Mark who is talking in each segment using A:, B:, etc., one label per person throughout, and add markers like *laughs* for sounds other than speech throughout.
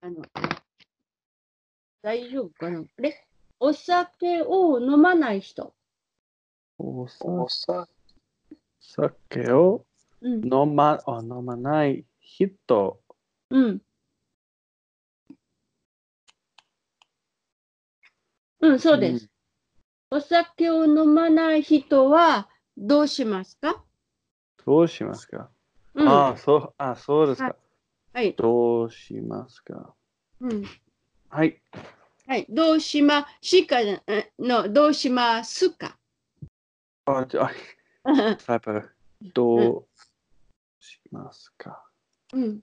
A: あの、大丈夫かなレお酒を飲まない人。
B: おさ
C: おさ
B: 酒を
A: うん。
B: 飲まあ飲まない人。
A: うん。うん、そうです。
B: す。
A: お酒を飲まない人はどうしますか、
B: どうしますか、
A: うん、
B: あそう、あそうです
A: は
B: か。
A: はい、
B: どうしますか
A: うん。
B: はい。
A: はい。どうしましかじゃえの、どうしますか *laughs*
B: あ、じゃあ、タイプ。どうしますか
A: うん。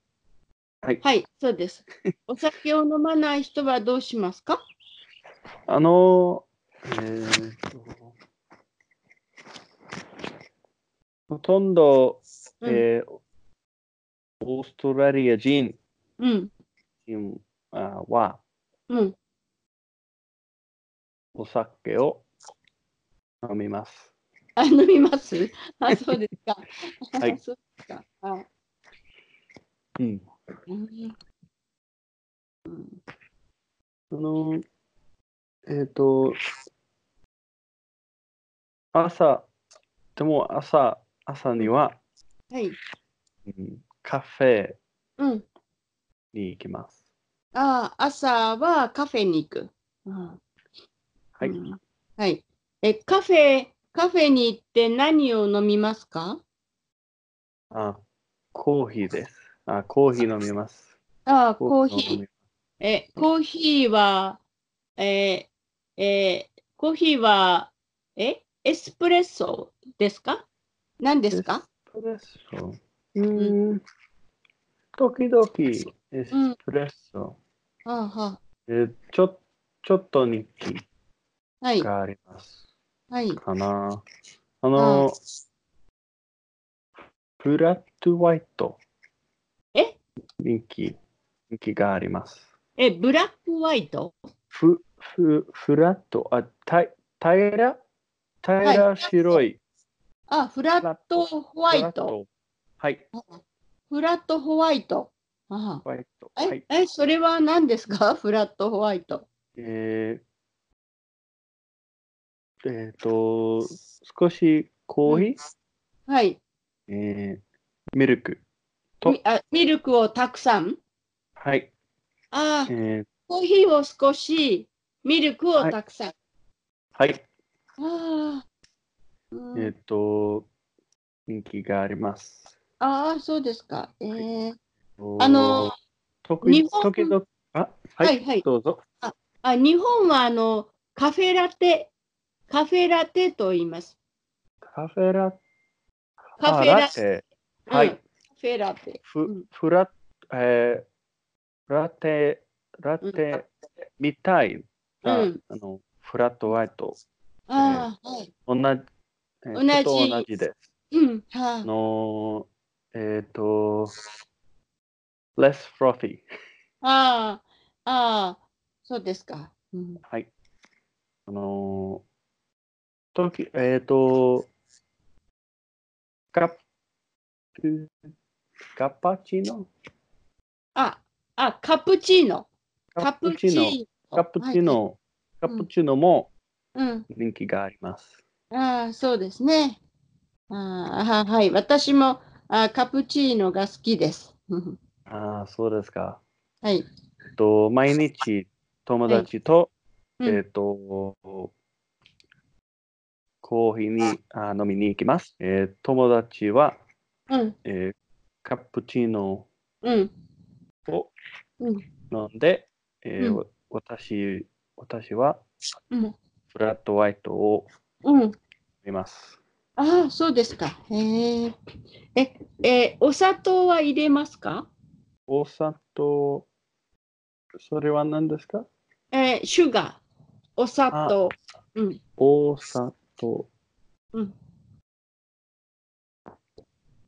B: はい
A: はい、そう
B: *laughs*
A: です。お酒を飲まない人はどうしますか
B: あの、えーっと、ほとんど、
A: うん
B: えーオーストラリア人
A: うん。
B: 人あは
A: うん。
B: お酒を飲みます。
A: *laughs* あ、飲みますあ、そうです *laughs* か。
B: はい
A: そうですか。はい。
B: うん、
A: うん
B: あの、えーっと、朝、でも朝、朝には、
A: はい。
B: うんカフェ
A: うん。
B: に行きます。
A: あ朝はカフェに行く。うん
B: はい。
A: うんはい。え、カフェ、カフェに行って何を飲みますか
B: あ、コーヒーです。あ、コーヒー飲みます。
A: ああ、コーヒ
B: 飲
A: ー
B: み。
A: え、コーヒーは、えーえーコーヒーは、え、エスプレッソですか何ですか
B: エスプレッソ。うーん。時々エスプレッソ。
A: ああは
B: えちょちょっと日記
A: あはい、
B: があります。
A: はい。
B: かな。あ
A: あ
B: の、フラットワイト。
A: え
B: 人気、人気があります。
A: え、ブラックホワイト
B: ふ、ふ、フラット、あ、たい、平ら平ら白い。
A: あ、フラットホワイト。。
B: はい、
A: フラットホワイト。あ
B: ホワイト。
A: あ
B: はい
A: え。、え、それは何ですかフラットホワイト。
B: えー、えーと、少しコーヒ
A: はい。
B: ー、えー、ミルク。と
A: みあミルクをたくさん。
B: はい。
A: ああ、
B: えー、
A: コーヒーを少し、ミルクをたくさん。
B: はい。
A: ああ。う
B: え
A: ん
B: ーと、人気があります。
A: ああ、そうですか。えー
B: あ
A: あの、
B: 時
A: 日本
B: 時々、あ、はい、
A: はいはい
B: どうぞ。
A: あ、日本はあのカフェラテ、カフェラテと言います。
B: カフェラ、
A: カフェ
B: あ
A: ラ
B: ラテ。
A: うん
B: はい
A: カフェラテ。うん
B: ふ、ふら、えー、ラテ、ラテみたいな、
A: うん
B: あの、フラットワイト。
A: ああ、はい。
B: 同じ、え
A: 同じ
B: ーちょっと同じです。
A: うん、
B: あ
A: は
B: のー、えっ、と、less frothy。
A: あ、ああ、ああ、そうですか。うん、
B: はい。あのー、とき、えっ、と、カップ、カパチーノ
A: あ、あ、カプチーノ。カプチ
B: ノ。
A: ーノ。
B: カプチー
A: はい。
B: ノ。カプチーノも
A: うん、
B: 人気があります。
A: ああ、そうですね。ああ、ははい。私もあカプチーノが好きです。 *laughs* うん
B: ああ、そうですか。
A: はい。
B: えっと、毎日友達と、
A: はいうん
B: えっ、と、コーヒーにあ飲みに行きます。えー友達は、
A: うん、
B: えーカプチーノ
A: うん、
B: を
A: うん
B: 飲んで、えー
A: うん
B: わ私私は
A: うん、
B: フラットワイトを
A: うん。
B: 飲みます。
A: ああ、そうですか。へえ。え、えー、お砂糖は入れますか
B: お砂糖、それは何ですか
A: えー、シュガー、お砂糖。うん、
B: お砂糖。
A: うん。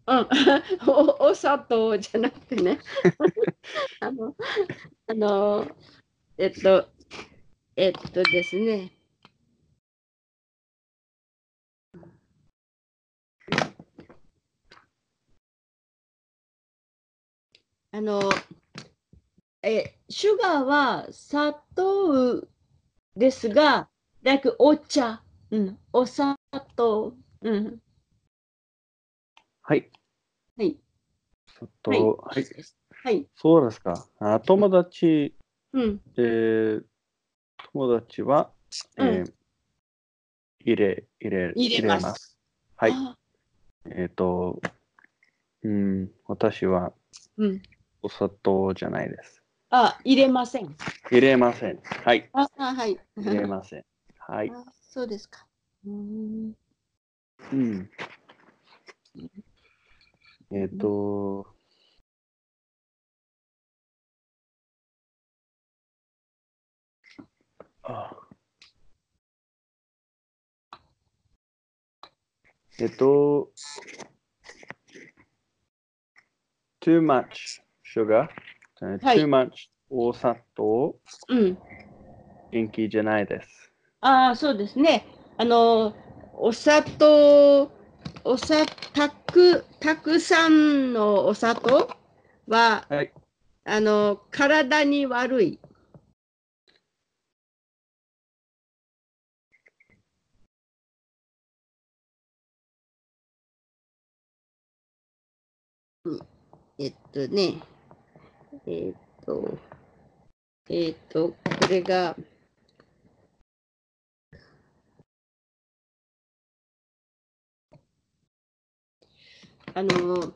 A: うん、 *laughs* おお砂糖じゃなくて
B: *laughs*
A: ね。あの、あの、えっと、えっとですね。あの、え、シュガーは砂糖ですが、like お茶、うん、お砂糖、うん、
B: はい。
A: はい。
B: ちょっと、はい、
A: はい、
B: そうですか。あ友達、
A: うん、
B: えー、友達は、えー入れ、入れ、
A: 入れます
B: はい。
A: あ
B: えっ、と、うん、私は
A: うん、
B: お砂糖じゃないです。
A: あ、入れません。
B: 入れません。はい。
A: あ、あはい。
B: 入れません。はい。
A: あそうですか。うーん
B: うん。えっ、と、あえっと、too much sugar、
A: い
B: too much お砂糖、
A: うん、
B: 元気じゃないです。
A: あそうですね。あの、お砂糖、お砂たく、たくさんのお砂糖は、
B: はい
A: あの、体に悪い。うんえっとね、えっと、えっと、これが、あの、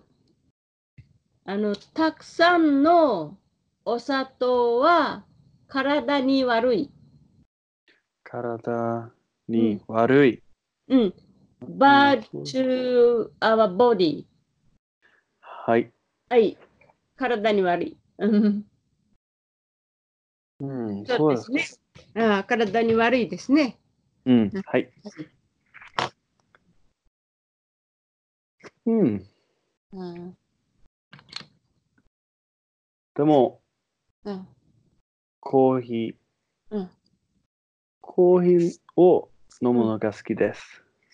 A: あの、たくさんのお砂糖は体に悪い。
B: 体に悪い。
A: うん。bad to our body.
B: はい。
A: はい。体に悪い。うん
B: うん、
A: そうですね。ああ体に悪いですね。
B: うん、はい。うん、
A: うん
B: でも、
A: うん
B: コーヒー、
A: うん
B: コーヒーを飲むのが好きです。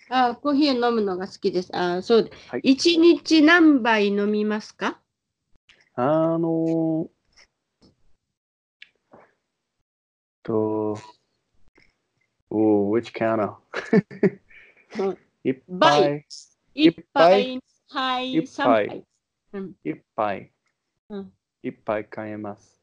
A: ああコーヒー飲むのが好きです。ああそうで
B: はい
A: 一日何杯飲みますか
B: あのーと、おー、which counter?
A: うん
B: *laughs* いっぱ
A: 杯
B: い、一杯
A: 杯
B: 一杯
A: 三杯。
B: いっぱい、
A: うん
B: いっぱい買えます。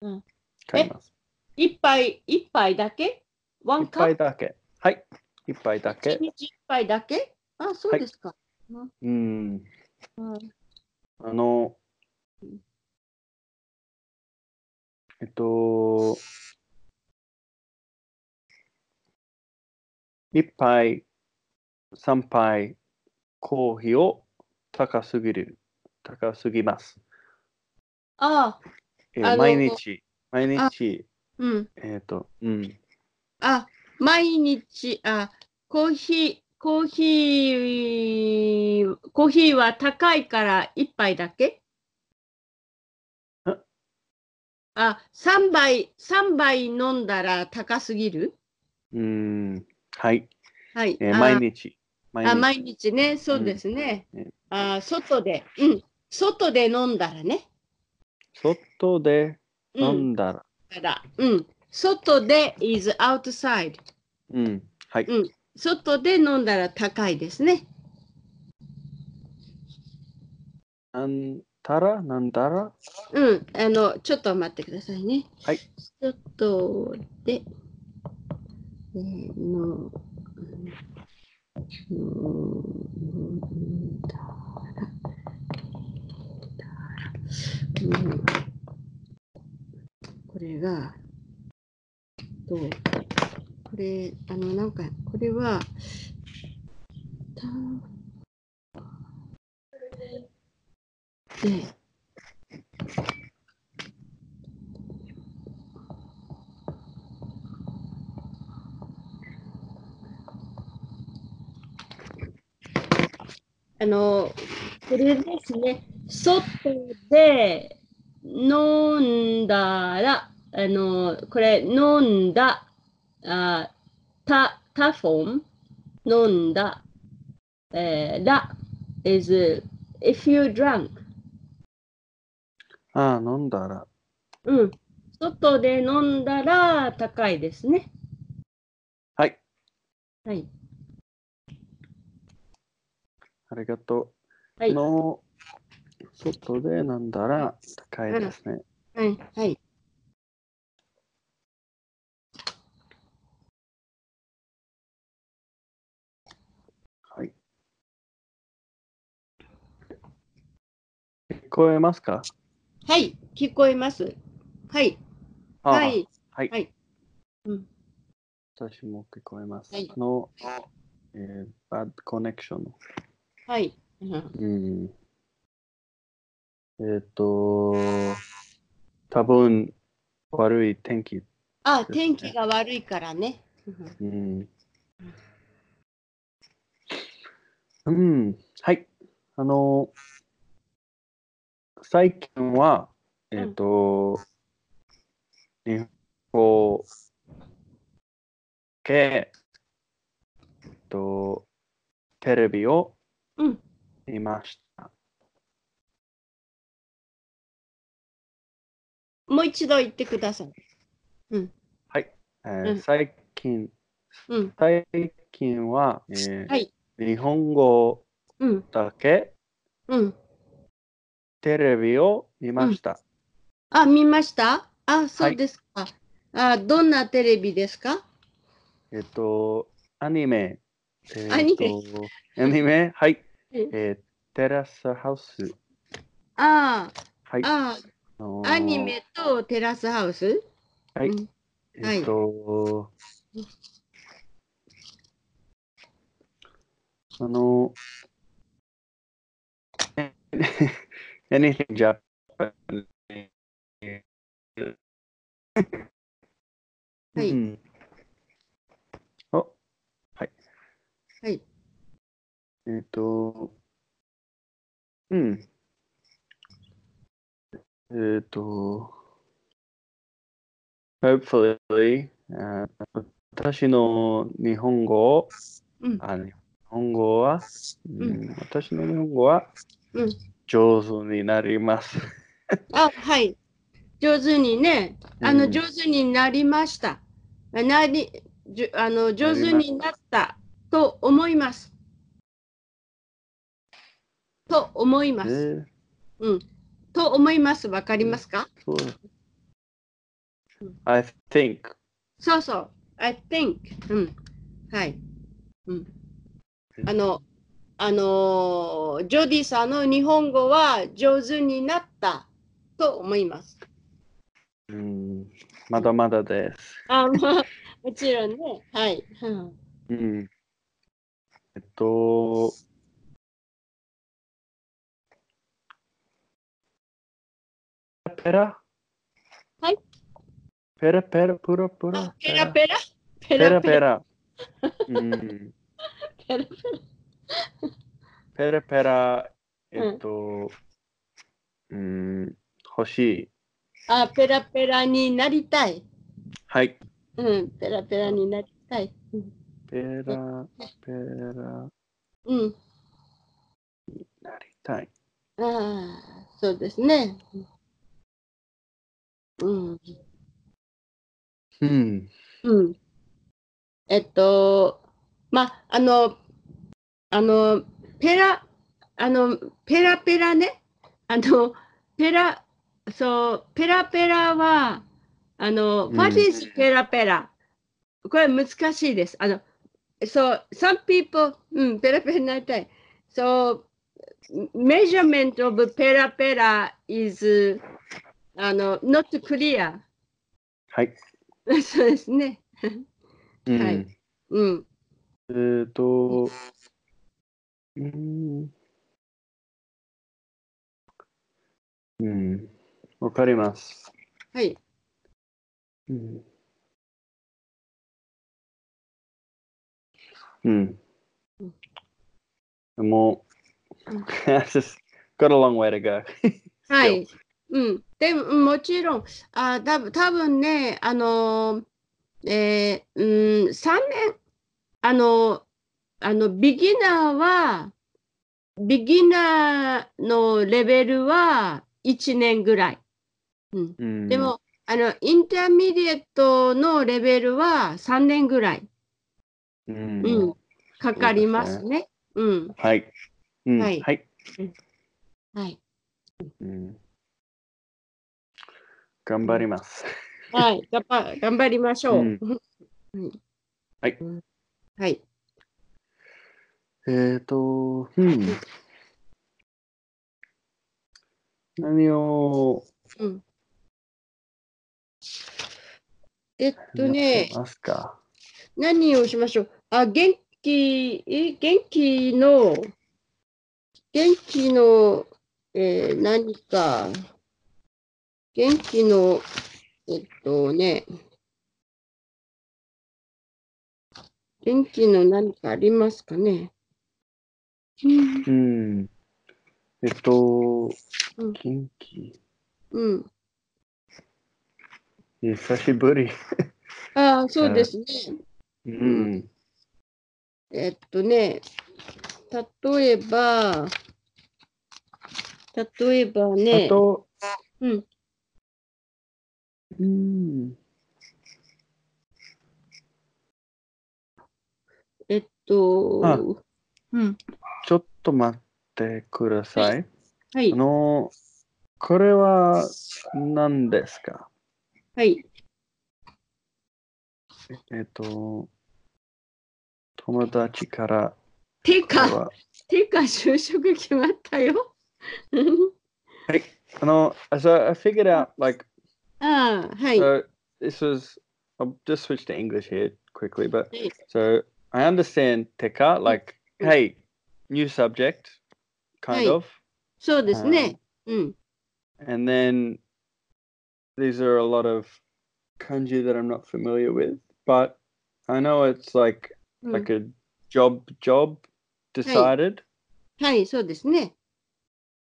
A: うん
B: 買えます。
A: 一杯、一杯だけワ
B: い
A: ン
B: っ
A: カ
B: ぱ
A: ッ
B: い
A: プ
B: だけ。はい、いっぱいだけ
A: 一。日一杯だけあ、そうですか。
B: うん。
A: うん
B: あの、えっと、一杯、三杯、コーヒーを高すぎる、高すぎます。
A: ああ、
B: え
A: あの
B: 毎日、毎日、
A: うん。
B: えっと、うん、
A: あ、毎日、あ、コーヒー、コーヒー、コーヒーは高いから一杯だけ
B: え
A: あ、三杯、三杯飲んだら高すぎる
B: うん、はい、
A: はい。
B: えー
A: あ
B: 毎日、
A: あ、
B: 毎日、
A: 毎日ね、そうですね
B: うんね。
A: あ、外で、うん、外で飲んだらね。
B: 外で
A: う
B: 飲
A: ん、
B: んだら、
A: から、うん、外で is outside。
B: うん、はい、
A: うん外で飲んだら高いですね。
B: なんたら、なんだら、
A: うん、あの、ちょっと待ってくださいね。
B: はい。
A: ちょっとで、えーの、のんだら、だらうんこれが、と、これ、あの、なんか、これは、たで、あの、これですね、外で飲んだら、あの、これ、飲んだ、あた、たフォン、飲んだ、えー、ら、is, if you drunk,
B: ああ、飲んだら、
A: うん。外で飲んだら高いですね。
B: はい。
A: はい。
B: ありがとう。
A: はい。
B: の、外で飲んだら高いですね。
A: はい。はい。
B: はい。聞こえますか
A: はい。聞こえます。はい。
B: あ
A: は。い。
B: はい。
A: はいうん。
B: 私も聞こえます。
A: はい
B: あの、えー、バッドコネクション。
A: はい。うん
B: うん。えっ、と、多分悪い天気。
A: あ、天気が悪いからね。うん
B: うん。うん。はい。あの、最近は、えっ、と、日本系、えっと、テレビを
A: うん。
B: 見ました。
A: もう一度言ってください。
B: え
A: う
B: ー
A: ん
B: 最近、
A: うん。
B: 最近は、えー
A: はい。
B: 日本語
A: うん。
B: だけ
A: うん。
B: テレビを見ました。
A: あ、見ましたあ、そうですか。あ、どんなテレビですか
B: えっと、アニメ、えー
A: アニメ
B: *laughs* とアニメ、はい、
A: うん
B: えーテラスハウス、
A: あ
B: はい
A: あ、、あ
B: あの
A: あ、
B: ー
A: アニメとテラスハウス
B: はい
A: うんはい
B: えっと、あの、anything Japanese
A: はい
B: うんお、はい。
A: はい。
B: えっ、と、うん。えっ、と、hopefully、あ私の日本語を、
A: うん。
B: あ日本語は、うん私の日本語は
A: うん。
B: 上手になります。
A: あ、はい。上手にね、あ
B: う
A: の、
B: ん
A: 上手になりました。なり、じゅあの、上手になったと思います。と思います。
B: え
A: う
B: ー
A: ん。と思います。わかりますか
B: そうです
A: うん
B: I think
A: そうそう。I think. うん。はい。うん。あの、あのージョディさんの日本語は上手になったと思います。
B: うん、まだまだです。
A: あ、 *laughs* まあ、もちろんね。はい。うん
B: うん。えっと、ペラ
A: はい。
B: ペラペラ、プロプ
A: あ
B: ロ。
A: ペラペラペ
B: ペラ
A: ラペ
B: ペ
A: ラ *laughs*
B: ラ。うん
A: ペラペ
B: ペラペラ、えっと、うん、欲しい。
A: ラ。あ、ペラペラになりたい。
B: はい。
A: うん、ペラペラになりたい。うん
B: ペラペラ、
A: うん。
B: なりたい。
A: ああ、そうですね。うん。
B: うん。
A: うん。えっと、まあ、あの、あの、ペラ、あの、ペラペラね。あの、ペラ、そう、ペラペラは、あの、
B: うん
A: what is ペラペラこれ難しいです。あの、そう、some people, うん、ペラペラになりたい。そう、measurement of ペラペラ is, あの、not clear. *laughs*
B: はい。
A: そうですね。
B: うん
A: はいうん。
B: えっ、ー、と、うーん。うん。わかります。
A: はい。
B: うん。うん。
A: うん
B: でも
A: うん
B: *laughs* That's just got a long way to go.
A: はい。うん。でも、もちろん、あ、だぶ、多分ね、あのー、えー、うん、3年、あの、あの、ビギナーは、ビギナーのレベルは1年ぐらい。うん、
B: うん、
A: でも、あの、インターミディエットのレベルは3年ぐらい、
B: うん、
A: うん、かかりますね。うん。
B: はい、うん、
A: はい
B: はい、
A: はい。
B: うん、頑張ります。
A: はい。やっぱ、頑張りましょう。
B: う
A: *laughs* うんん
B: はい。
A: はい。
B: えっ、ー、と、うん。何を
A: うん。えっと
B: やっ
A: ね
B: て、ますか、
A: 何をしましょうあ、元気、え元気の、元気の、えー何か、元気の、えっとね、元気の何かありますかね。うん、
B: うん。えっと
A: うん、
B: 元気。
A: うん。
B: 久しぶり。
A: ああ、そうですね。
B: うん。
A: えっとね、例えば、例えばね、
B: あと、
A: うん。
B: うん。
A: えっと、
B: あ
A: うん、
B: ちょっと待ってください。
A: はい
B: あ、の、これは何ですか
A: はい、
B: えっと、友達から
A: てか、
B: は、
A: てか、就職決まったよ。 *laughs*
B: あの、as I I figured out, like,
A: ああ、はい、
B: So this was I'll just switch to English here quickly, but
A: Please.
B: so I understand Teka, like
A: Mm.
B: hey, new subject, kind
A: Hey. Mm.
B: of. Um,
A: そうですね。うん、
B: And then these are a lot of kanji that I'm not familiar with, but I know it's like
A: うん
B: like a job job decided,
A: はい、そうですね。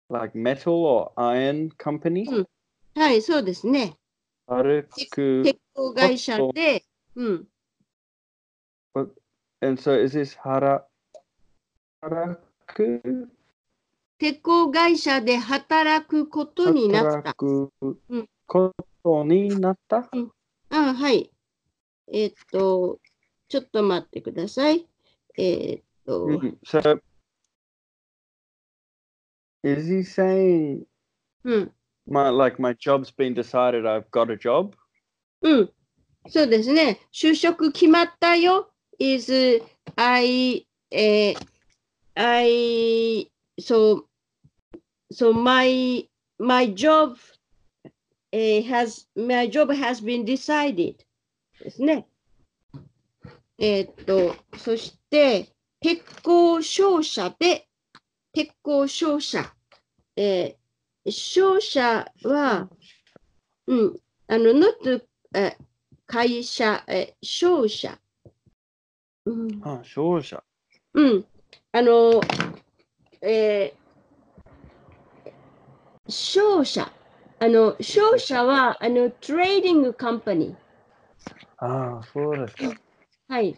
B: like metal or iron company.
A: Mm. はい、そうですね。
B: Aruku,
A: 鉄鋼会社で、うん、
B: and so is this hara haraku?
A: 鉄鋼会社で働くことになった
B: 働。く
A: うん
B: ことになった。
A: あはい。えっと、ちょっと待ってください。えっと、
B: うん、so, Mm-hmm. is he saying
A: うん、
B: my like my job's been decided? I've got a job.
A: うん、そうですね。就職決まったよ。is I, えー I, so, so my, my job, えー has, my job has been decided ですね。えーっと、そして、鉄鋼商社で、鉄鋼商社。えー商社は、うん、あの、not え会社、え商社。うん、
B: あ、勝者。
A: うん、あの、えー商社。あの、商社は、あの、トレーディングカンパニー。
B: あ、そうですか。
A: はい。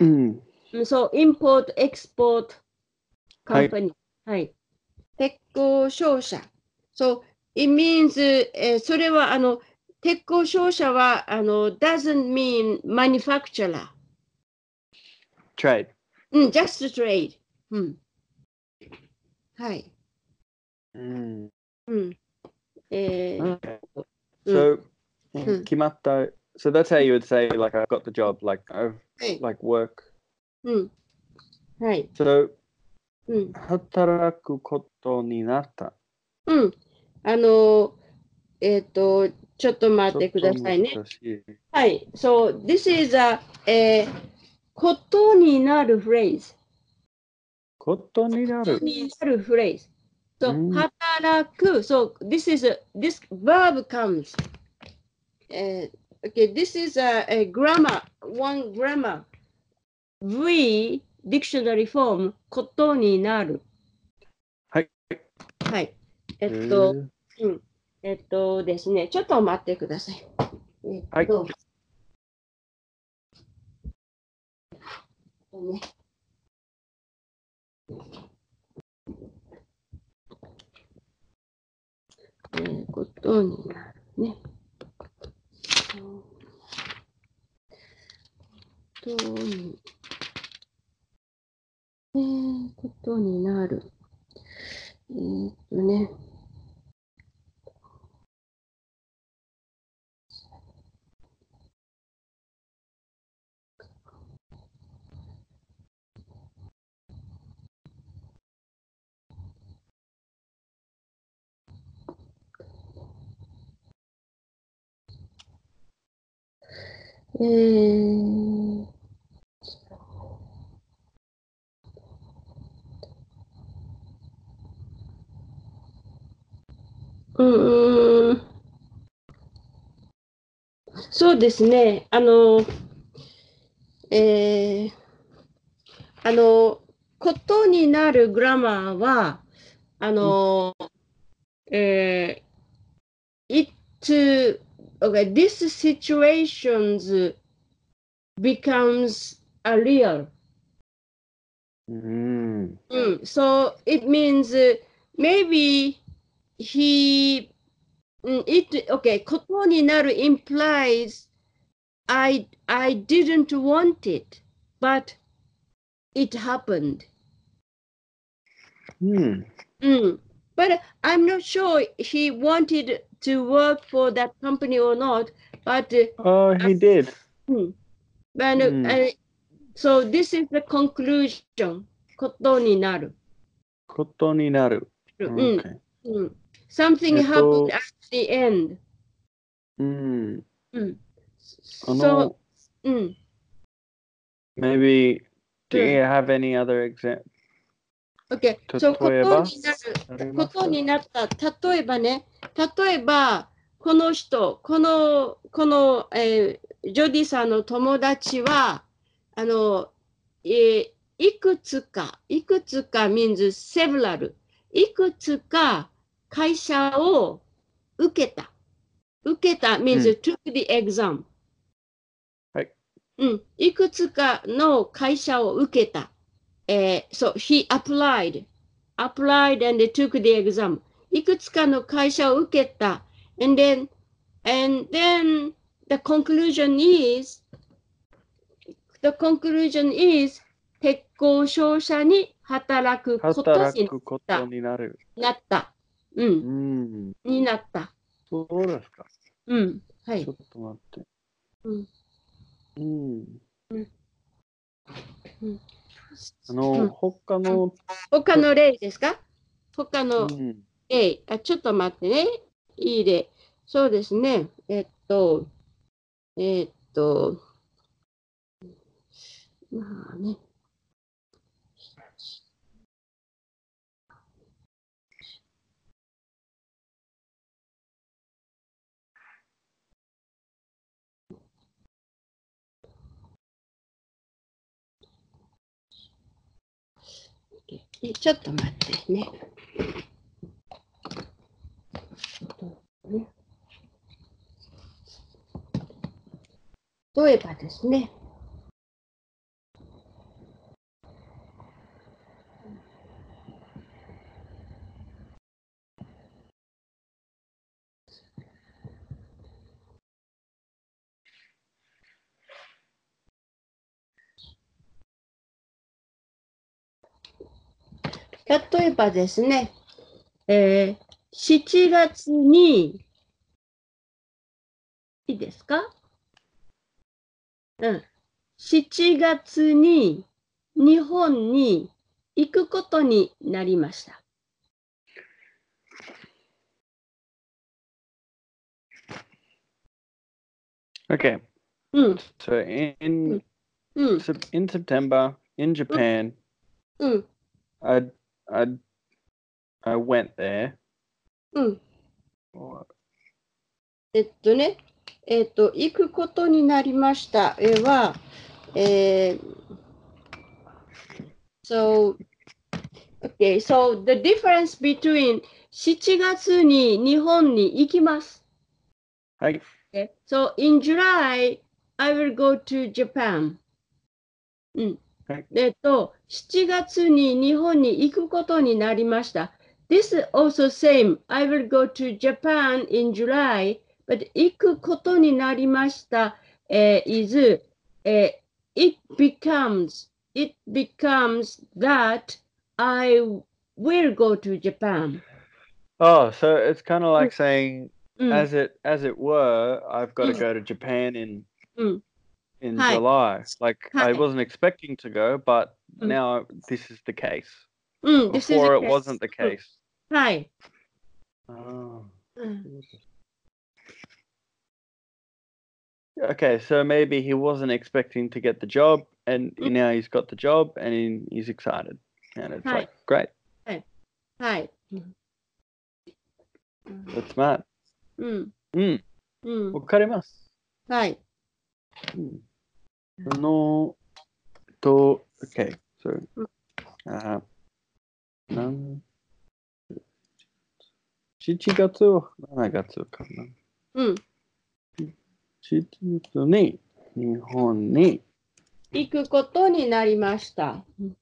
B: うん。
A: うんそう、インポート、エクスポートカンパニー。はい。鉄鋼商社。そう、it means、えーそれは、あの、鉄鋼商社は、あの、doesn't mean manufacturer。
B: trade。
A: うん、just trade。うん。はい。
B: うん。
A: うん。えー
B: Hmm. Okay.
A: うん
B: So,
A: うん
B: 決まった。So that's how you would say like I've got the job, like I've
A: はい。
B: like work.
A: うん。はい。
B: So
A: うん。
B: 働くことになった。
A: うん。あの、えっ、と、ちょっと待ってくださいね。
B: ちょっと難しい。
A: はい。So, this is a、えーことになるフレーズ。
B: ことにな
A: こと
B: る。
A: になるフレーズ。So,
B: うん
A: 働く。So, this is a, this verb comes.、えー okay, this is a, a grammar, one grammar. V dictionary form ことになる。
B: はい。
A: はい。えっと、えっとですね、ちょっと待ってください。
B: はい
A: えっとえっとねえーことになる。ね。ことに、えー、ことになる。えーっとね。えー、うーん。そうですね。あの、えー、あの、ことになるグラマーは、あの、えー、it, okay, this situations uh, becomes a real.
B: うん。
A: Mm, so it means uh, maybe he mm, it okay kotoninaru implies I I didn't want it but it happened.
B: うん。
A: Mm. But I'm not sure he wanted to work for that company or not but uh,
B: Oh, he did.
A: mm, but, uh,
B: Mm.
A: uh, so this is the conclusion kotoninaru.
B: ことになる。
A: Mm,
B: Okay.
A: mm. Something
B: えっと、
A: happened at the end.
B: うん。
A: うん。
B: あ
A: so,
B: の、
A: うん。
B: maybe, do
A: うん
B: you have any other example?
A: OK。そう、こと
B: 例えば
A: になる、ことになった。例えばね、例えば、この人、この、この、えージョディさんの友達は、あの、えーいくつか、いくつか means several。いくつか会社を受けた。受けた means、
B: う
A: took the exam。
B: はい。
A: うん。いくつかの会社を受けた。えー、そう、he applied, applied and took the exam. いくつかの会社を受けた。And then, and then the conclusion is, the conclusion is, 鉄鋼商社に働くこと
B: 働
A: に
B: くことになる。
A: なった。う、
B: うんん。
A: になった。
B: そうですか。
A: うん、はい
B: ちょ。っと待って。
A: うん
B: うん。
A: うん
B: あ
A: う
B: の、
A: ん
B: 他の、
A: 他の例ですか他
B: う
A: の
B: ん。
A: 例、あ、ちょっと待ってね。いい例。そうですね。えっと、えっと、まあね。えちょっと待ってね。例えばですね。例えばですね、えー、7月に、いいですかうん。7月に日本に行くことになりました。
B: Okay.
A: うん、
B: So in
A: うん
B: Sep- in September in Japan,
A: うん、
B: I I I went there.
A: うん。
B: Or-
A: えっとね、えっと、行くことになりました。えーは、えー so, okay, so the difference between 7月に日本に行きます。
B: はい。
A: Okay. So in July, I will go to Japan. うん。
B: はい
A: えっと、7月に日本に行くことになりました。This is also same. I will go to Japan in July, But 行くことになりました、えー is、えー it becomes, it becomes that I will go to Japan.
B: Oh, so it's kind of
A: Mm.
B: like saying,
A: うん
B: as it as it were, I've got to
A: Mm.
B: go to Japan in
A: Mm.
B: in
A: Hi.
B: July. Like
A: Hi.
B: I wasn't expecting to go, but
A: Mm.
B: now this is the case.
A: うん、this is
B: Before
A: the
B: it
A: case.
B: wasn't the case.
A: はい。
B: Oh.
A: うん
B: Okay, so maybe he wasn't expecting to get the job, and
A: Mm.
B: now he's got the job, and he, he's excited, and it's
A: Hi.
B: like great,
A: はい。
B: that's smart.
A: うん。
B: うん。
A: うん。
B: わかります。
A: はい。
B: うんそのと、OK、そう
A: う。
B: あーなん7月を7月かな。
A: うん。
B: 7月に日本に
A: 行くことになりました。うん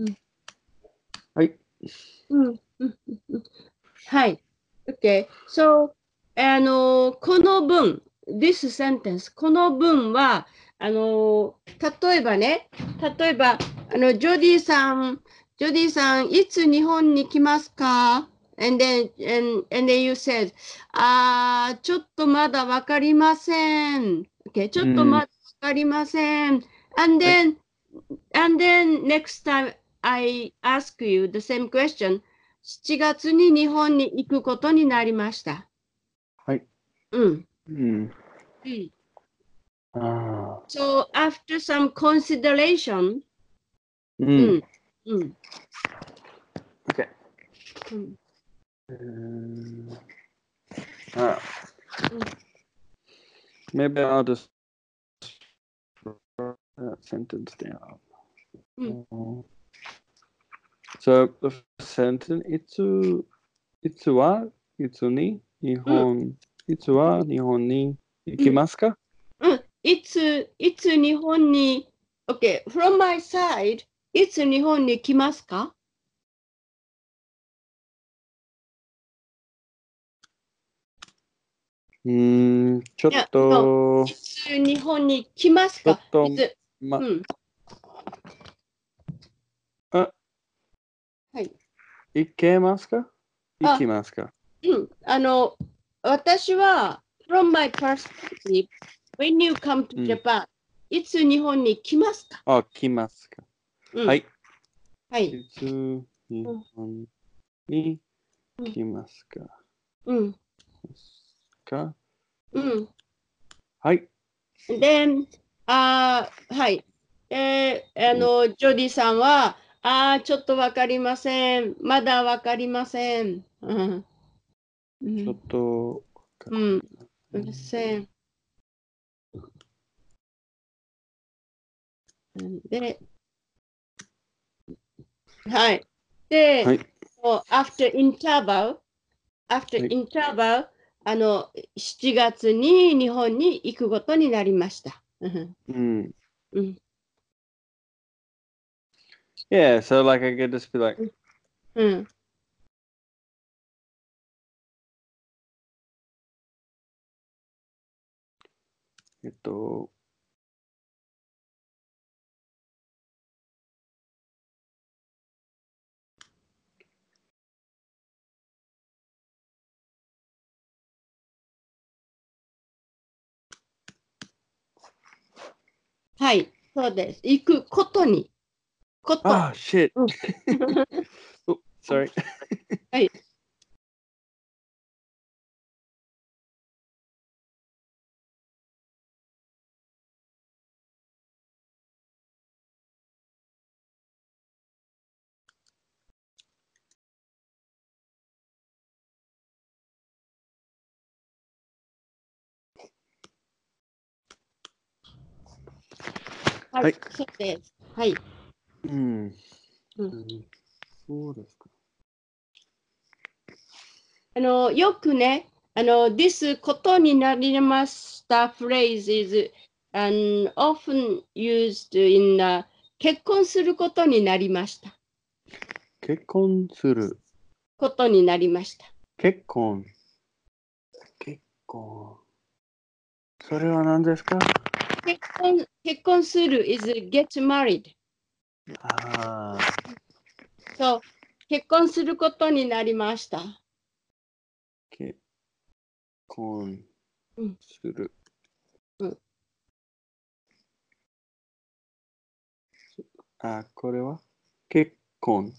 A: ん
B: はい。
A: うんうんうんはい。OK。So, あの、この文、this sentence、この文は、あの、例えばね、例えば、あの、ジョディさん、ジョディさん、いつ日本に来ますか ?And then, and, and then you said, あー、ちょっとまだわかりません。OK。ちょっとまだわかりません。And then, and then next time I ask you the same question. 7月に日本に行くことになりました。
B: はい。
A: うん。
B: うん。
A: うん、
B: ああ。
A: so, after some consideration, う
B: う
A: んん。。うん。
B: OK。
A: うん。
B: Uh, ah. Maybe I'll just write that sentence down.
A: Mm.
B: Uh, So the first sentence, itsu, itsu wa, itsu ni, nihon, itsu wa, nihon ni, ikimasu ka?
A: いつ、いつ日本に、OK、from my side, いつ日本に来ますか
B: Mm, ちょっと、
A: いつ日本に来ます
B: ちょっ
A: か
B: と
A: い、つ、
B: ま
A: う、ん。
B: いけますか
A: あ
B: いきますか
A: うんあの、私は、from my perspective, when you come
B: う
A: to
B: ん
A: Japan,、いつ日本に来ますか、
B: あ、来ますか
A: うん
B: はい。
A: はい。
B: いつ日本に来ますか,、
A: うん。
B: か
A: うん。
B: はい。
A: で、あーはい。えーあの、ジョディさんは、ああ、ちょっとわかりません。まだわかりません。うん。う
B: ちょっ
A: ん。
B: と。
A: うん。う
B: うん
A: るせえ。で、はい。で、
B: はい
A: もう after interval,
B: は
A: after
B: い
A: interval, あの、7月に日本に行くことになりました。うん
B: ん、
A: うん。
B: yeah, so like I could just be like,
A: うん。
B: えっと。
A: はい。そうです。行くことに。こと。
B: あ、ah, shit!
A: うん
B: oh, sorry.
A: はい。 *laughs* はい。
B: はい
A: そうです。はい。
B: うん。
A: うん
B: うんそうですか。
A: あのよくね、あの、this ことになりました phrase is an often used in、uh, 結婚することになりました。
B: 結婚する。
A: ことになりました。
B: 結婚。結婚。それは何ですか
A: 結婚結婚する is get married.
B: ああ、
A: そう、結婚することになりました。
B: 結婚
A: うん
B: する。
A: うん
B: あ、これは結婚。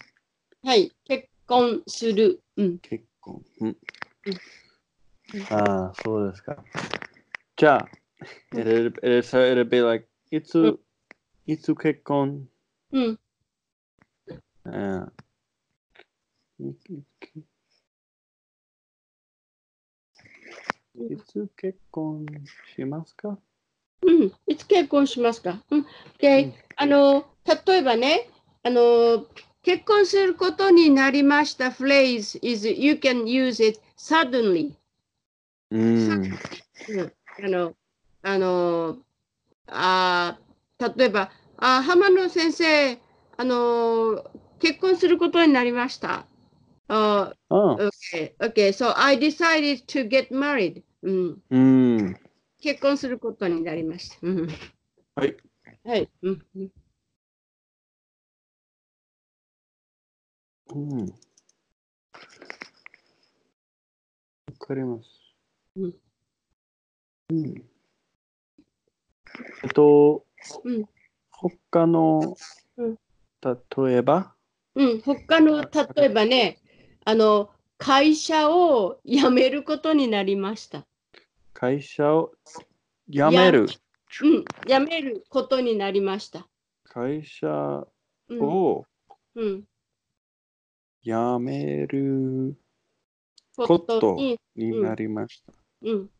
A: はい、結婚する。うん。
B: 結婚。うん、ああ、そうですか。じゃあ、
A: うん
B: it'll, it'll, so it'll be like, いつ、
A: うん
B: いつ結婚
A: うん。
B: うんい
A: うん
B: つ結婚しますか
A: うん。いつ結婚しますかうん。で、
B: うん
A: あの、例えばね、あの、結婚することになりましたフレーズ is you can use it suddenly.
B: うん。
A: うんあの、あの、あー例えば、あー浜野先生、あの、結婚することになりました。あ
B: あ
A: ー okay, okay, so I decided to get married. うん、
B: うん。
A: 結婚することになりました。うん
B: はい。
A: はい。うんうん
B: うん。わかります。
A: うん。
B: うん。えっと、
A: うん
B: 他の
A: うん、
B: 例えば、
A: うん、他の例えばね、あの会社を辞めることになりました。
B: 会社を辞める。
A: うん、辞めることになりました。
B: 会社
A: うん、
B: を
A: うん、
B: 辞める
A: こ
B: こと
A: とに、
B: になりました。
A: うん。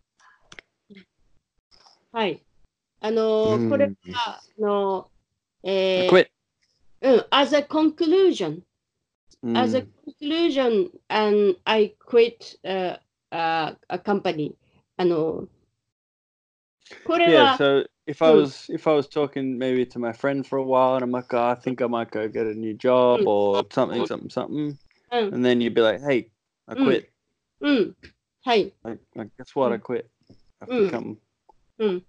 A: はい。あの
B: うん
A: これは、あのえー
B: Quit.
A: うん、as a conclusion,
B: うん
A: as a conclusion, and I quit、uh, uh, a company. あのこれ
B: Yeah,
A: は、
B: so if I
A: Hmm.
B: was if I was talking maybe to my friend for a while and I'm like, oh, I think I might go get a new job
A: Hmm.
B: or something, something, something,
A: うん、
B: and then you'd be like, hey, I
A: Hmm.
B: quit.
A: うん。はい。
B: Like, like guess what? I
A: Hmm.
B: quit. I've
A: Hmm.
B: become.
A: うん。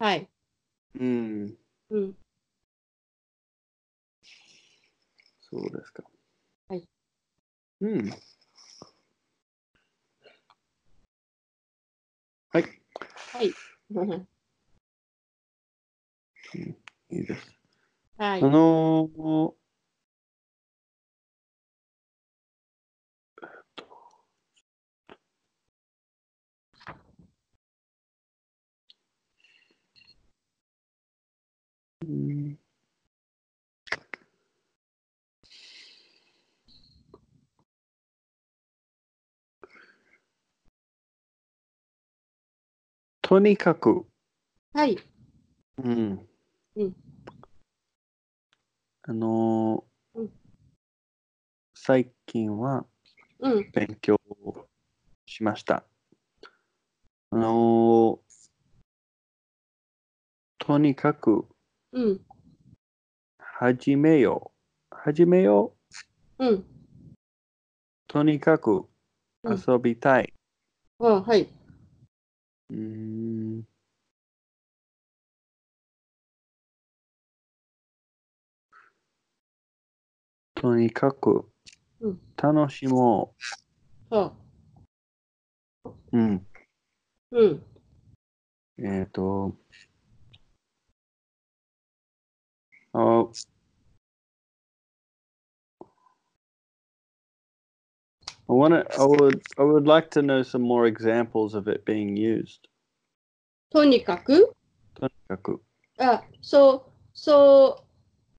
A: はい。
B: Hmm.
A: うん。
B: そうですか。
A: はい。
B: うん。はい。いいです。
A: はい
B: あ。のーえっとうんとにかく、
A: はい。
B: うん。
A: うん
B: あのー
A: うん
B: 最近は
A: うん。
B: 勉強をしました。あのーとにかく
A: うん。
B: 始めよう。始めよう。
A: うん。
B: とにかく
A: うん
B: 遊びたい。
A: あはい。
B: うーん。とにかく
A: うん
B: 楽しも
A: あ
B: う。うん。
A: うん。
B: えっ、と。ああ I want I would I would like to know some more examples of it being used.
A: とにかく、
B: とにかく。
A: あ、そう、そ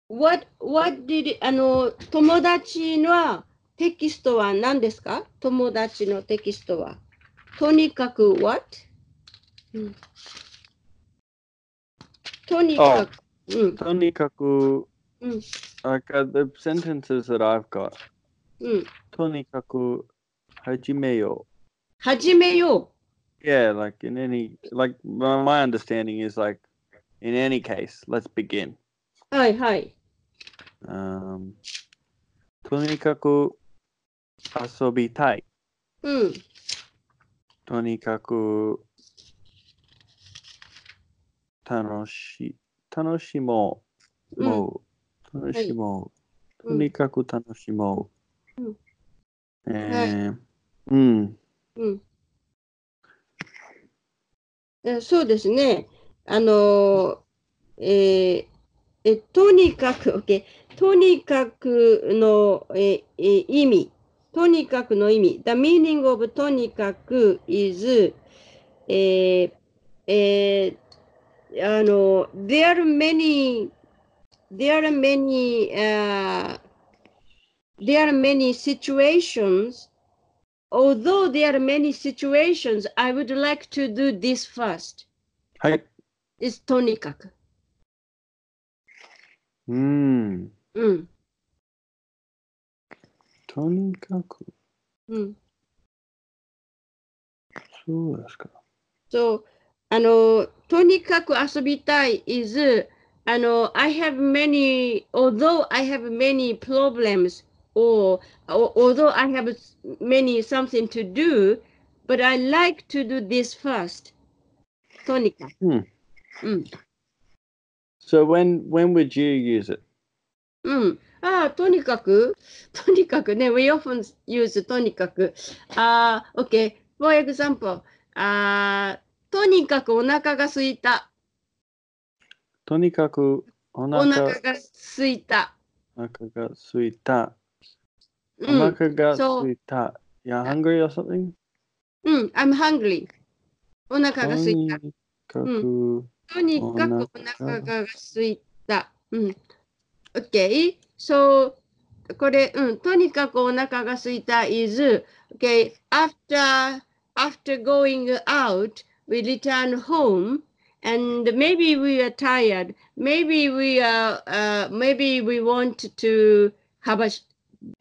A: う、what, what did, あの、友達のテキストは何ですか友達のテキストは。とにかく what? うんとにかく、うん、
B: とにかく
A: うん、
B: Like uh, the sentences that I've got.
A: うん。
B: Tonikaku hajimeyo.
A: 始めよう。
B: Yeah, like in any, like my, my understanding is like, in any case, let's begin.
A: はいはい。
B: Um, とにかく遊びたい。
A: うん。
B: とにかく楽しい。楽しもう。
A: うん
B: もう楽しも
A: う
B: う。と
A: ん
B: にかく楽しもう。
A: うん
B: えーうん。
A: うんえ。そうですね。あのー、えーえ、とにかく、OK、とにかくの、ええ意味、とにかくの意味、The meaning of とにかく is、えーえーあの、there are many, there are many,、uh, there are many situations although there are many situations, I would like to do this first.
B: はい。
A: It's とにかく。
B: うん。
A: うん。
B: とにかく、
A: うん。
B: そうですか。
A: So, あの、とにかく遊びたい is, あの、I have many, although I have many problems, or, or although I have many something to do, but I like to do this first. とにかく。
B: So when when would you use it?
A: うん。ああ、とにかく、 *laughs* とにかくね、we often use とにかく。ああ、OK。For example, ああ、とにかくお腹が空いた。
B: とにかくお
A: お腹
B: 腹
A: が空いた。
B: お腹が空いた。お
A: うん。
B: 腹が
A: そう
B: 空いた。You're hungry or something?
A: うん。I'm hungry. お腹が空いた。
B: とにかく、
A: とにかくお
B: お
A: 腹
B: 腹
A: が空いた。うん。OK? So, これ、うん。とにかくお腹が空いた is, OK? After, after going out, we return home and maybe we are tired. Maybe we are, uh, maybe we want to have a sh-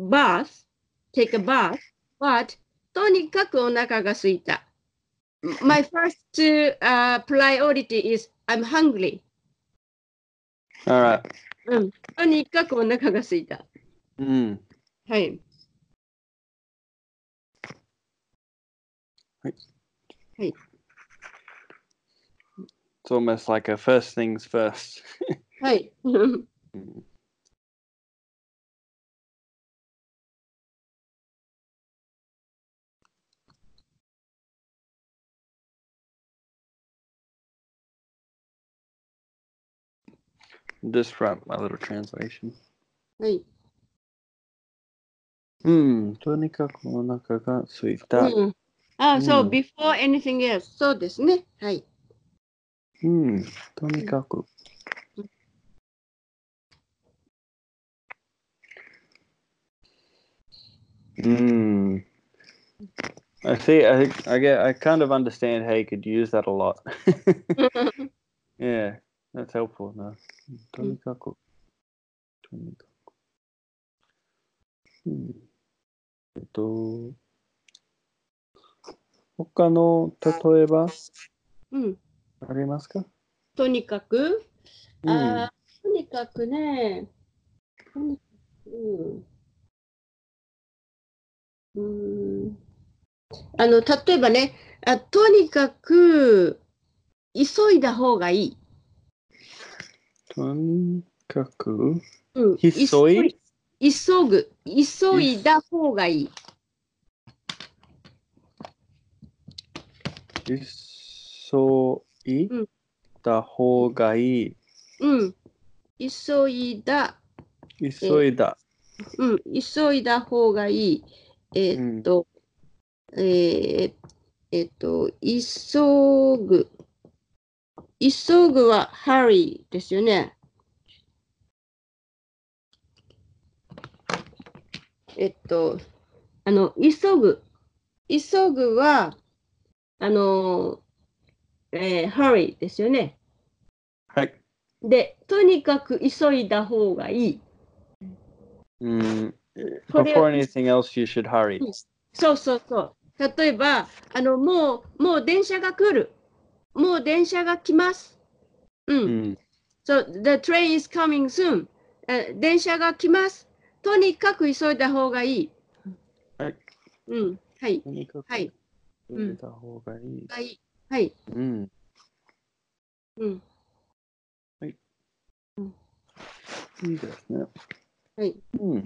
A: bath, take a bath, but とにかくお腹が空いた。My first uh, priority is I'm hungry.
B: Alright.
A: とにかくお腹が空いた。
B: うん。
A: はい。
B: It's almost like a first things first. *laughs*
A: はい。 *laughs*
B: Just from my little translation.
A: はい。
B: うん。とにかくお腹が空いた。
A: うん、あ、そうう、
B: ん
A: before anything else. そうですね。
B: *laughs*
A: はい。
B: うん。とにかく。Mm. I see. I I get. I kind of understand how you could use that a lot. yeah, that's helpful. No. とにかく。とにかく。うん。えっと。他の例えば
A: うん。
B: ありますか？
A: とにかく、
B: うん
A: あーとにかくね、とにかく、うん、うんあの、例えばね、あとにかく、急いだ方がいい。
B: とにかく。
A: うん、
B: 急い
A: 急急ぐ。急いだ方がいい。
B: 急いだ方がいい。
A: うん。急いだ。
B: 急いだ。
A: うん。急いだ方がいい。えーっと、えーえーっと、急ぐ。急ぐは hurry ですよね。えっと、あの、急ぐ。急ぐは、あの、えー、hurry ですよね。
B: はい。
A: で、とにかく急いだ方がいい。
B: うん。
A: これ
B: Before anything else, you should hurry.
A: そうそうそう。例えば、あの、もう、もう電車が来る。もう電車が来ます。うん。
B: うん。
A: So, the train is coming soon. え電車が来ます。とにかく急いだ方がいい。
B: はい。
A: うん。はい。
B: とにかく
A: はい。
B: 入れた方がいい。
A: はい。はい。
B: うん。
A: うん。
B: いいですね。
A: はい。
B: うん。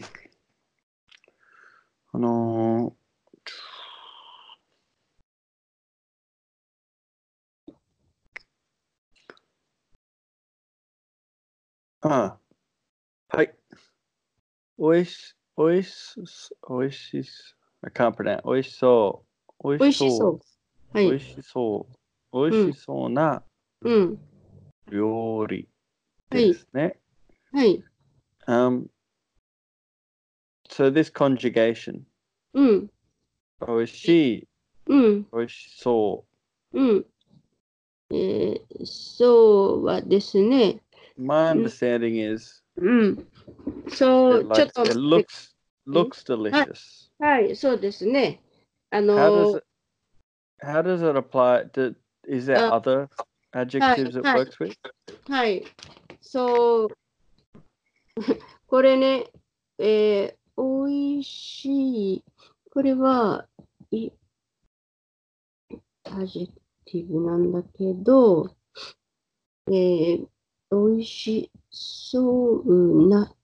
B: あのー、ああ、はい。おいし、おいし、おいし、I can't pronounce. おいしそう。お
A: 美味しそう。。は
B: お
A: い
B: い。しそう。おいしそうな
A: うん。
B: 料理ですね。
A: はい。
B: Um, so this conjugation,
A: うん。
B: oishi,
A: うん。
B: oishiso.
A: うん。えーそうはですね。Mm.
B: My understanding is
A: うん。そう、
B: it, likes-
A: ちょっと
B: it
A: 待って、
B: looks
A: Mm.
B: looks delicious.
A: はい、そうですね。あ
B: How does
A: の
B: it, how does it apply? To, is there
A: Uh,
B: other adjectives it
A: hi.
B: works with?
A: はい、そう、 *laughs* これね、えー、美味しい。これは、い、アジェクティブなんだけど、えー、美味しそうな。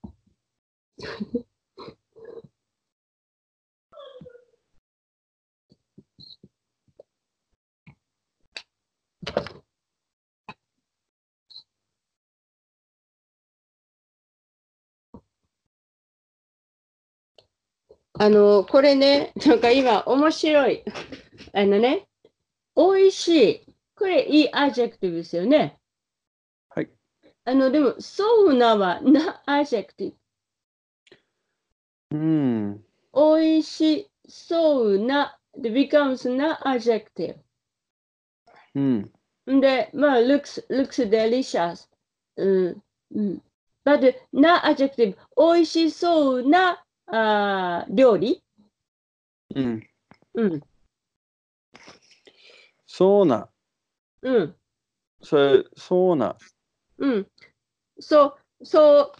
A: あの、これね、なんか今、面白い。あのね、美味しい。これ、いいアジェクティブですよね。
B: はい。
A: あの、でも、そうなは、な、アジェクティ
B: Hmm.
A: ブ。美味しそうな、で、becomes な、アジェクテ
B: Hmm.
A: ィブ。んで、まあ、looks, looks delicious. うん。うん。but, な、アジェクティブ。美味しそうな、あー料理。
B: Hmm.
A: うん。
B: Sauna.
A: うん。
B: So sauna.
A: うん。そう、そう、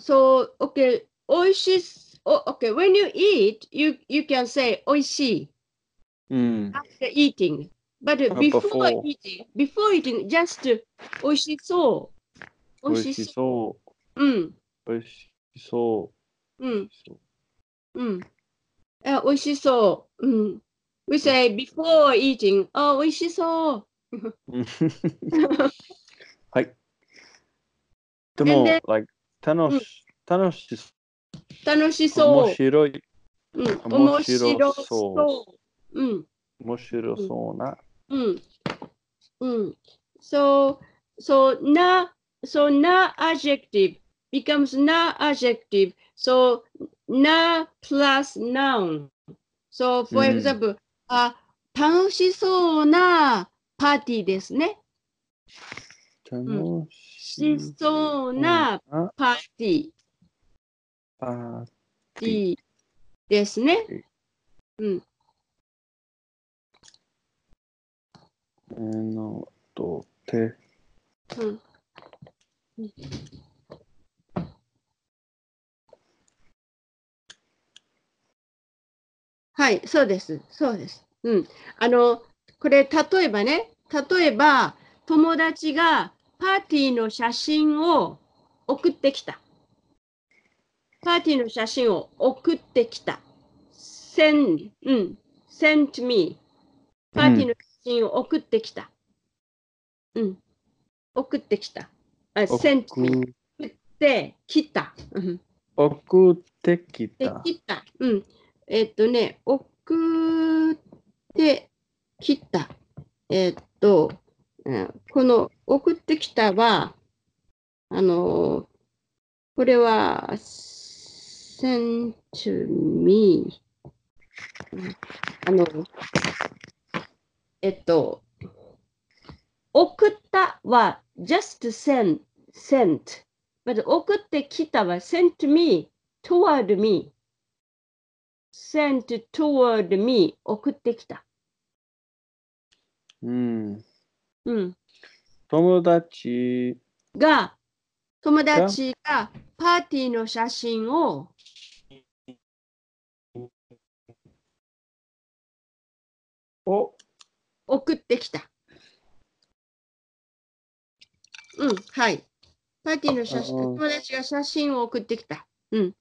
A: そう、OK、おいしい、お、OK、when you eat, you, you can say おいしい
B: Hmm.
A: after eating. But before,
B: Uh, before.
A: eating, before eating, just おいしそう。おいしそ
B: Oishiso.
A: う。うん、
B: Oishiso.
A: うん、うん。あ、おいしそう。うん。We Mm. say before eating, oh, あ、おいし *laughs* そう。
B: はい。で
A: 全
B: も
A: 然、
B: like、楽
A: Mm.
B: し、楽しそ
A: 楽し
B: う。
A: そう
B: 面。白い、
A: うん、
B: 面
A: 面
B: 白
A: 白
B: そう
A: そう。うん。
B: 面白そうな。
A: うん。うん。So, so, na, so, na adjective becomes na adjective. So, na plus noun. So, for
B: うん
A: example, あ、楽しそうなパーティーですね。
B: 楽し
A: しそうな
B: あ
A: パーティ
B: あ
A: ーですね。
B: のとて。
A: うん。はい、そうです。そうです。うん。あの、これ、例えばね、例えば、友達がパーティーの写真を送ってきた。パーティーの写真を送ってきた。send, うん。sent me. パーティーの写真を送ってきた。うん。送ってきた。あ、sent me.
B: 送
A: で、来た。うん
B: 送ってき
A: で
B: た。
A: きた。うん。えっとね、送ってきた。えっと、うんこの送ってきたは、あのー、これは、sent me。うんあの、えっと、送ったは just sent, sent。まず送ってきたは sent me。toward me sent toward me 送ってきた。
B: うん。
A: うん、
B: 友達
A: が友達がパーティーの写真を
B: お、
A: 送ってきた。うん、はい。パーティーの写真、
B: ああ
A: 友達が写真を送ってきた。うん。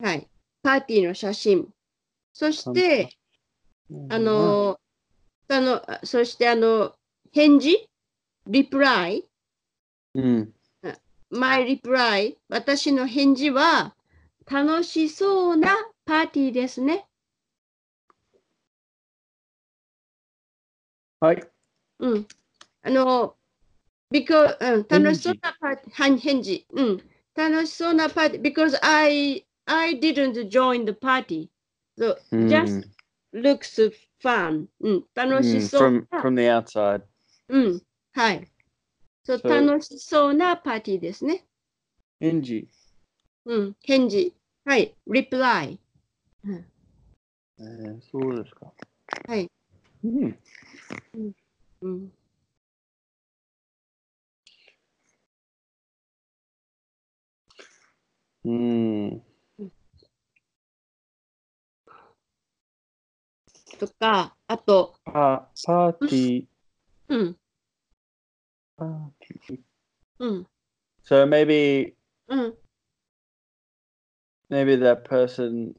A: はい。パーティーの写真。そして、あの、あの、あそしてあの、返事リプライ
B: うん、
A: マイリプライ私の返事は、楽しそうなパーティーですね。
B: はい、
A: うん。あの、because、うん、楽しそうなパーティー、はい返事。うん。楽しそうなパーティー、because I, I didn't join the party. So,
B: うん
A: just looks fun. うん。楽しそうな
B: from,。from the outside.
A: うん。はい。そう、
B: So-
A: 楽しそうなパーティーですね。
B: NG。
A: うん。返事。はい。reply。
B: えー、そうですか。
A: はい。
B: うん。
A: うん。
B: うん。
A: とか、あと、
B: パパーティー。
A: うん。
B: パーティー。
A: うん。
B: So maybe,
A: うん。
B: maybe that person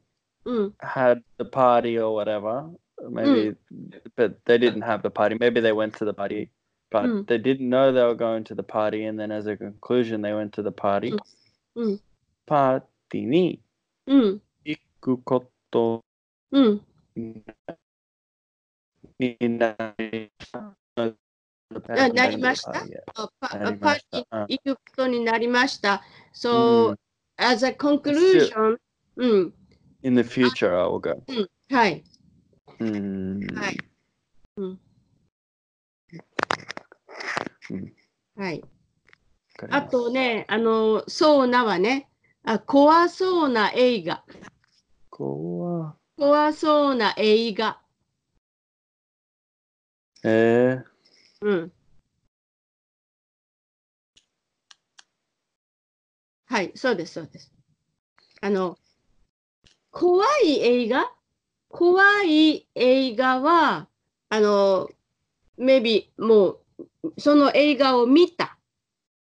A: うん。
B: had the party or whatever. Maybe,
A: Mm.
B: but they didn't have the party. Maybe they went to the party, but
A: Mm.
B: they didn't know they were going to the party. And then as a conclusion, they went to the party.
A: Mm. Mm.
B: Party に
A: うん。
B: 行くこと
A: うん。
B: になりました。
A: あなりました
B: Ah, Yeah.
A: あパ
B: なり
A: パ
B: ま
A: ー
B: し
A: ティー
B: たうん
A: 行くことになりました。So,、
B: うん
A: as a conclusion, うん。
B: In the future, I will go. Mm.
A: はい。
B: うん
A: はい。うん。
B: うん
A: はい。
B: わかりま
A: あ
B: す
A: とね、あの、そうなはね、あ怖そうな映画。
B: 怖
A: 怖そうな映画。
B: えー、
A: うん。はい、そうです、そうです。あの、怖い映画怖い映画は、あの、maybe もう、その映画を見た。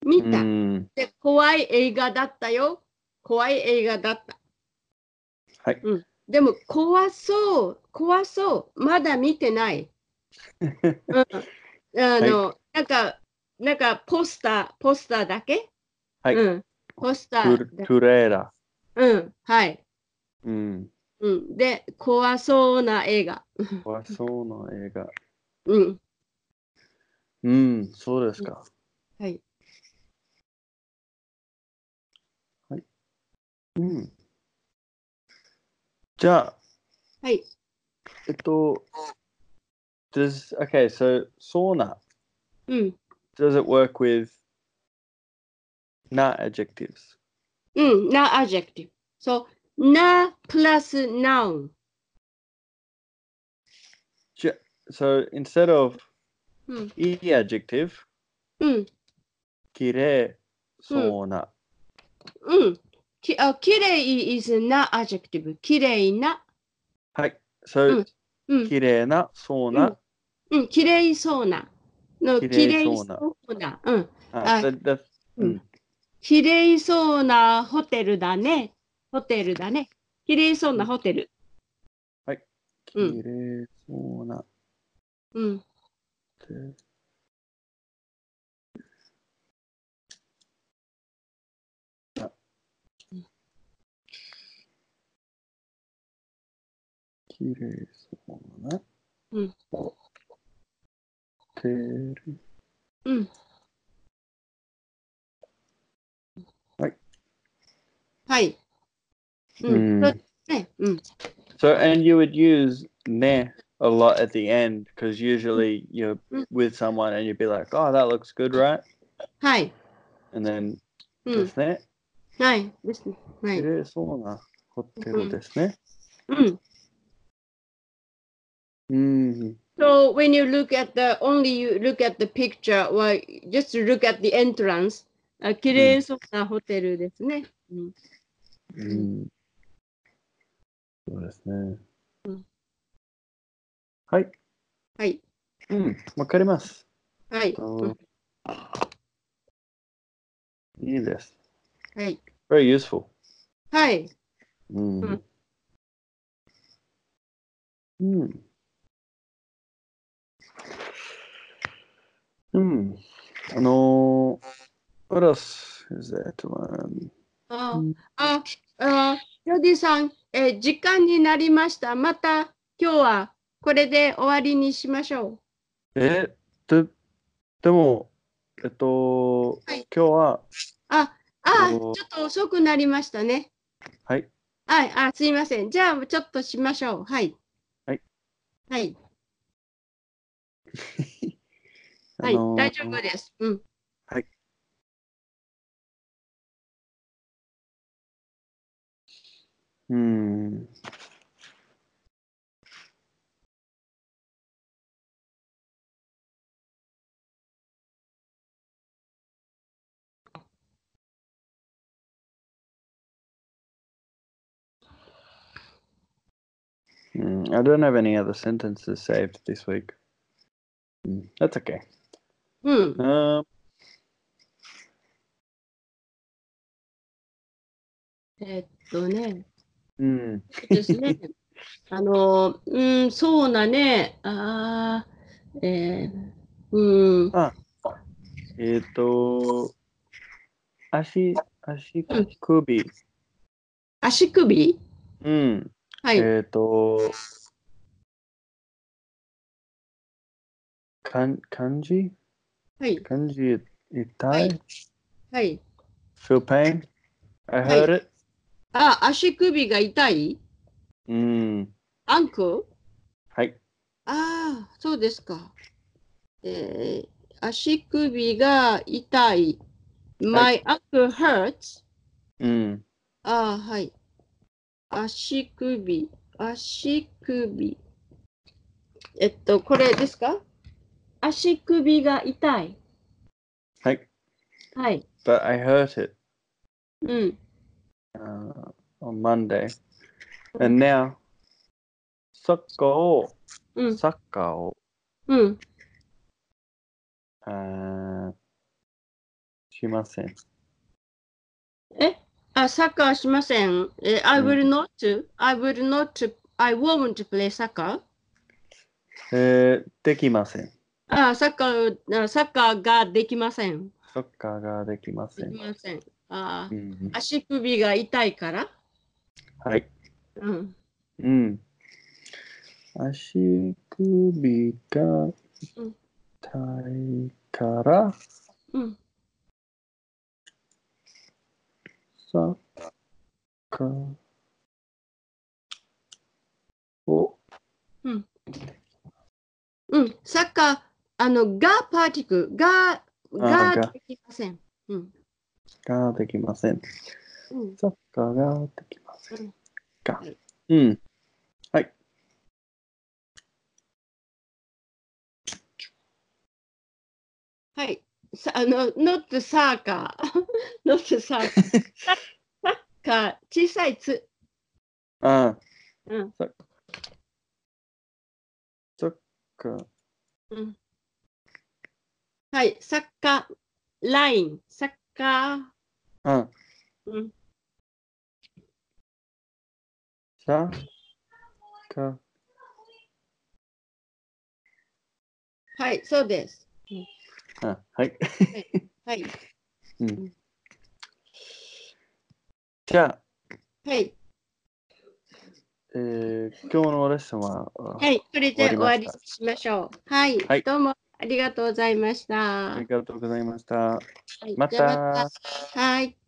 A: 見た。
B: うん
A: で、怖い映画だったよ。怖い映画だった。
B: はい
A: うん、でも、怖そう、怖そう、まだ見て
B: *laughs*
A: ない。うん、あの、なんか、なんかポスター、ポスターだけ
B: はい
A: うん、ポスタ
B: ト
A: ー
B: ゥ
A: だ
B: トゥレーラ。
A: うん、はい。
B: うん。
A: うん、で、怖そうな映画。
B: 怖そうな映画。
A: うん、
B: うん、そうですか。
A: はい。
B: うん。じゃあ、
A: はい。
B: えっと、does, okay, so sauna,
A: うん、
B: does it work with not adjectives?
A: うん、な adjective。そう、な plus noun。
B: Ju- So instead of
A: うん、
B: e adjective,
A: うん、
B: きれいそうな。
A: うん。きあ綺麗 is not adjective. 綺麗な。、
B: はい。そううん
A: うん、
B: きれいな、そうな。
A: うん、綺麗そうな。の
B: 綺
A: 綺
B: 麗
A: 麗
B: そ
A: そうう
B: な
A: な。うん。
B: あ
A: あ
B: that- that's- うん
A: 綺麗そうなホテルだね。ホテルだね。綺麗そうなホテル。
B: き
A: うん
B: れいそうな。
A: うん。
B: あ綺麗そうな。
A: うん
B: ホテル。
A: うん。
B: はい。
A: はい。うん。そうですね。うん。
B: So, and you would use ne a lot at the end because usually you're
A: Mm.
B: with someone and you'd be like, oh, that looks good, right?
A: はい。
B: And then
A: う
B: で
A: ん。
B: すね、
A: はい。ですね。は
B: 綺
A: い。
B: 麗そうなホテルですね。
A: うん。Mm-hmm.
B: うん。
A: So when you look at the only you look at the picture or just look at the entrance, あ綺麗そうなホテルですね。うん
B: うん。そうですね。はい。
A: はい。
B: うん。わかります。
A: はい。
B: といいです。
A: はい。
B: very useful.
A: はい。
B: うん
A: うん。
B: うん。うん。あのー、what else is there to learn?
A: あ
B: うん
A: あ、あ、ジョディさん、えー時間になりました。また今日はこれで終わりにしましょ
B: え、で、でも、えっと、
A: はい
B: 今日は、
A: う。あ、あ、ち
B: お
A: ょ
B: ー
A: っと遅くなりましたね。
B: はい。
A: はい、あ、すいません。じゃあちょっとしましょう。はい。
B: はい。
A: はい。
B: あ
A: はい。
B: のー
A: 大丈夫です。うん。
B: うん。Mm, I don't have any other sentences saved this week. Mm, that's okay.
A: うん。
B: Um,
A: えっとね。
B: mm,
A: そうです
B: *laughs*
A: ね。あの、うん、そうだね。ああ、えー、うん、
B: えっ、と、足、足首。
A: 足首
B: うん。
A: はい、
B: えっ、と、かん漢字
A: はい、
B: 漢字痛、
A: はいいはい。
B: ?feel pain? I heard it?
A: あ、足首が痛い
B: うん。
A: アンク
B: はい。
A: ああ、そうですか。えー、足首が痛い。
B: は
A: My ankle hurts.
B: うん。
A: ああ、はい。足首、足首。えっと、これですか足首が痛い。
B: はい。
A: はい。
B: But I heard it、
A: うん。
B: uh, on Monday. And now, サッカーを、
A: うん。
B: サッカーを、
A: うん。
B: あーしません。
A: えあ、サッカーしません。え、I
B: うん
A: will not to, I will not to, I won't play soccer.
B: えーできません。
A: あ、サッカー、あサッカーができません。
B: サッカーができませ
A: で
B: ん
A: き。ません。あ
B: う、ん、
A: 足首が痛いから。
B: はい。
A: うん。
B: うん。足首が痛いから、
A: うん。
B: サッカーを、
A: うん。サッカー、あの、がパーティクル、が、が
B: が
A: できません。うん。
B: ができません。
A: うん。
B: サッカーができませ
A: うん
B: ん。が
A: はい。
B: うん。はい。
A: はい。さあの、not soccer, *laughs* not soccer. サッカー、小さいつ。
B: ああ、
A: うん。
B: か。
A: うんはい、サッカーライン、サッカー、
B: あ、
A: うん、
B: サッカー。
A: はい、そうです。
B: あ、はい。
A: はい、
B: うん。じゃあ、
A: はい、
B: えー、今日のレッスンは、
A: はい、これで終
B: 終
A: わ
B: わ
A: りに
B: りました
A: しましょう。はい、
B: はい
A: どうもありがとうございました。
B: ありがとうございました。
A: はい
B: また
A: じゃあまたはい。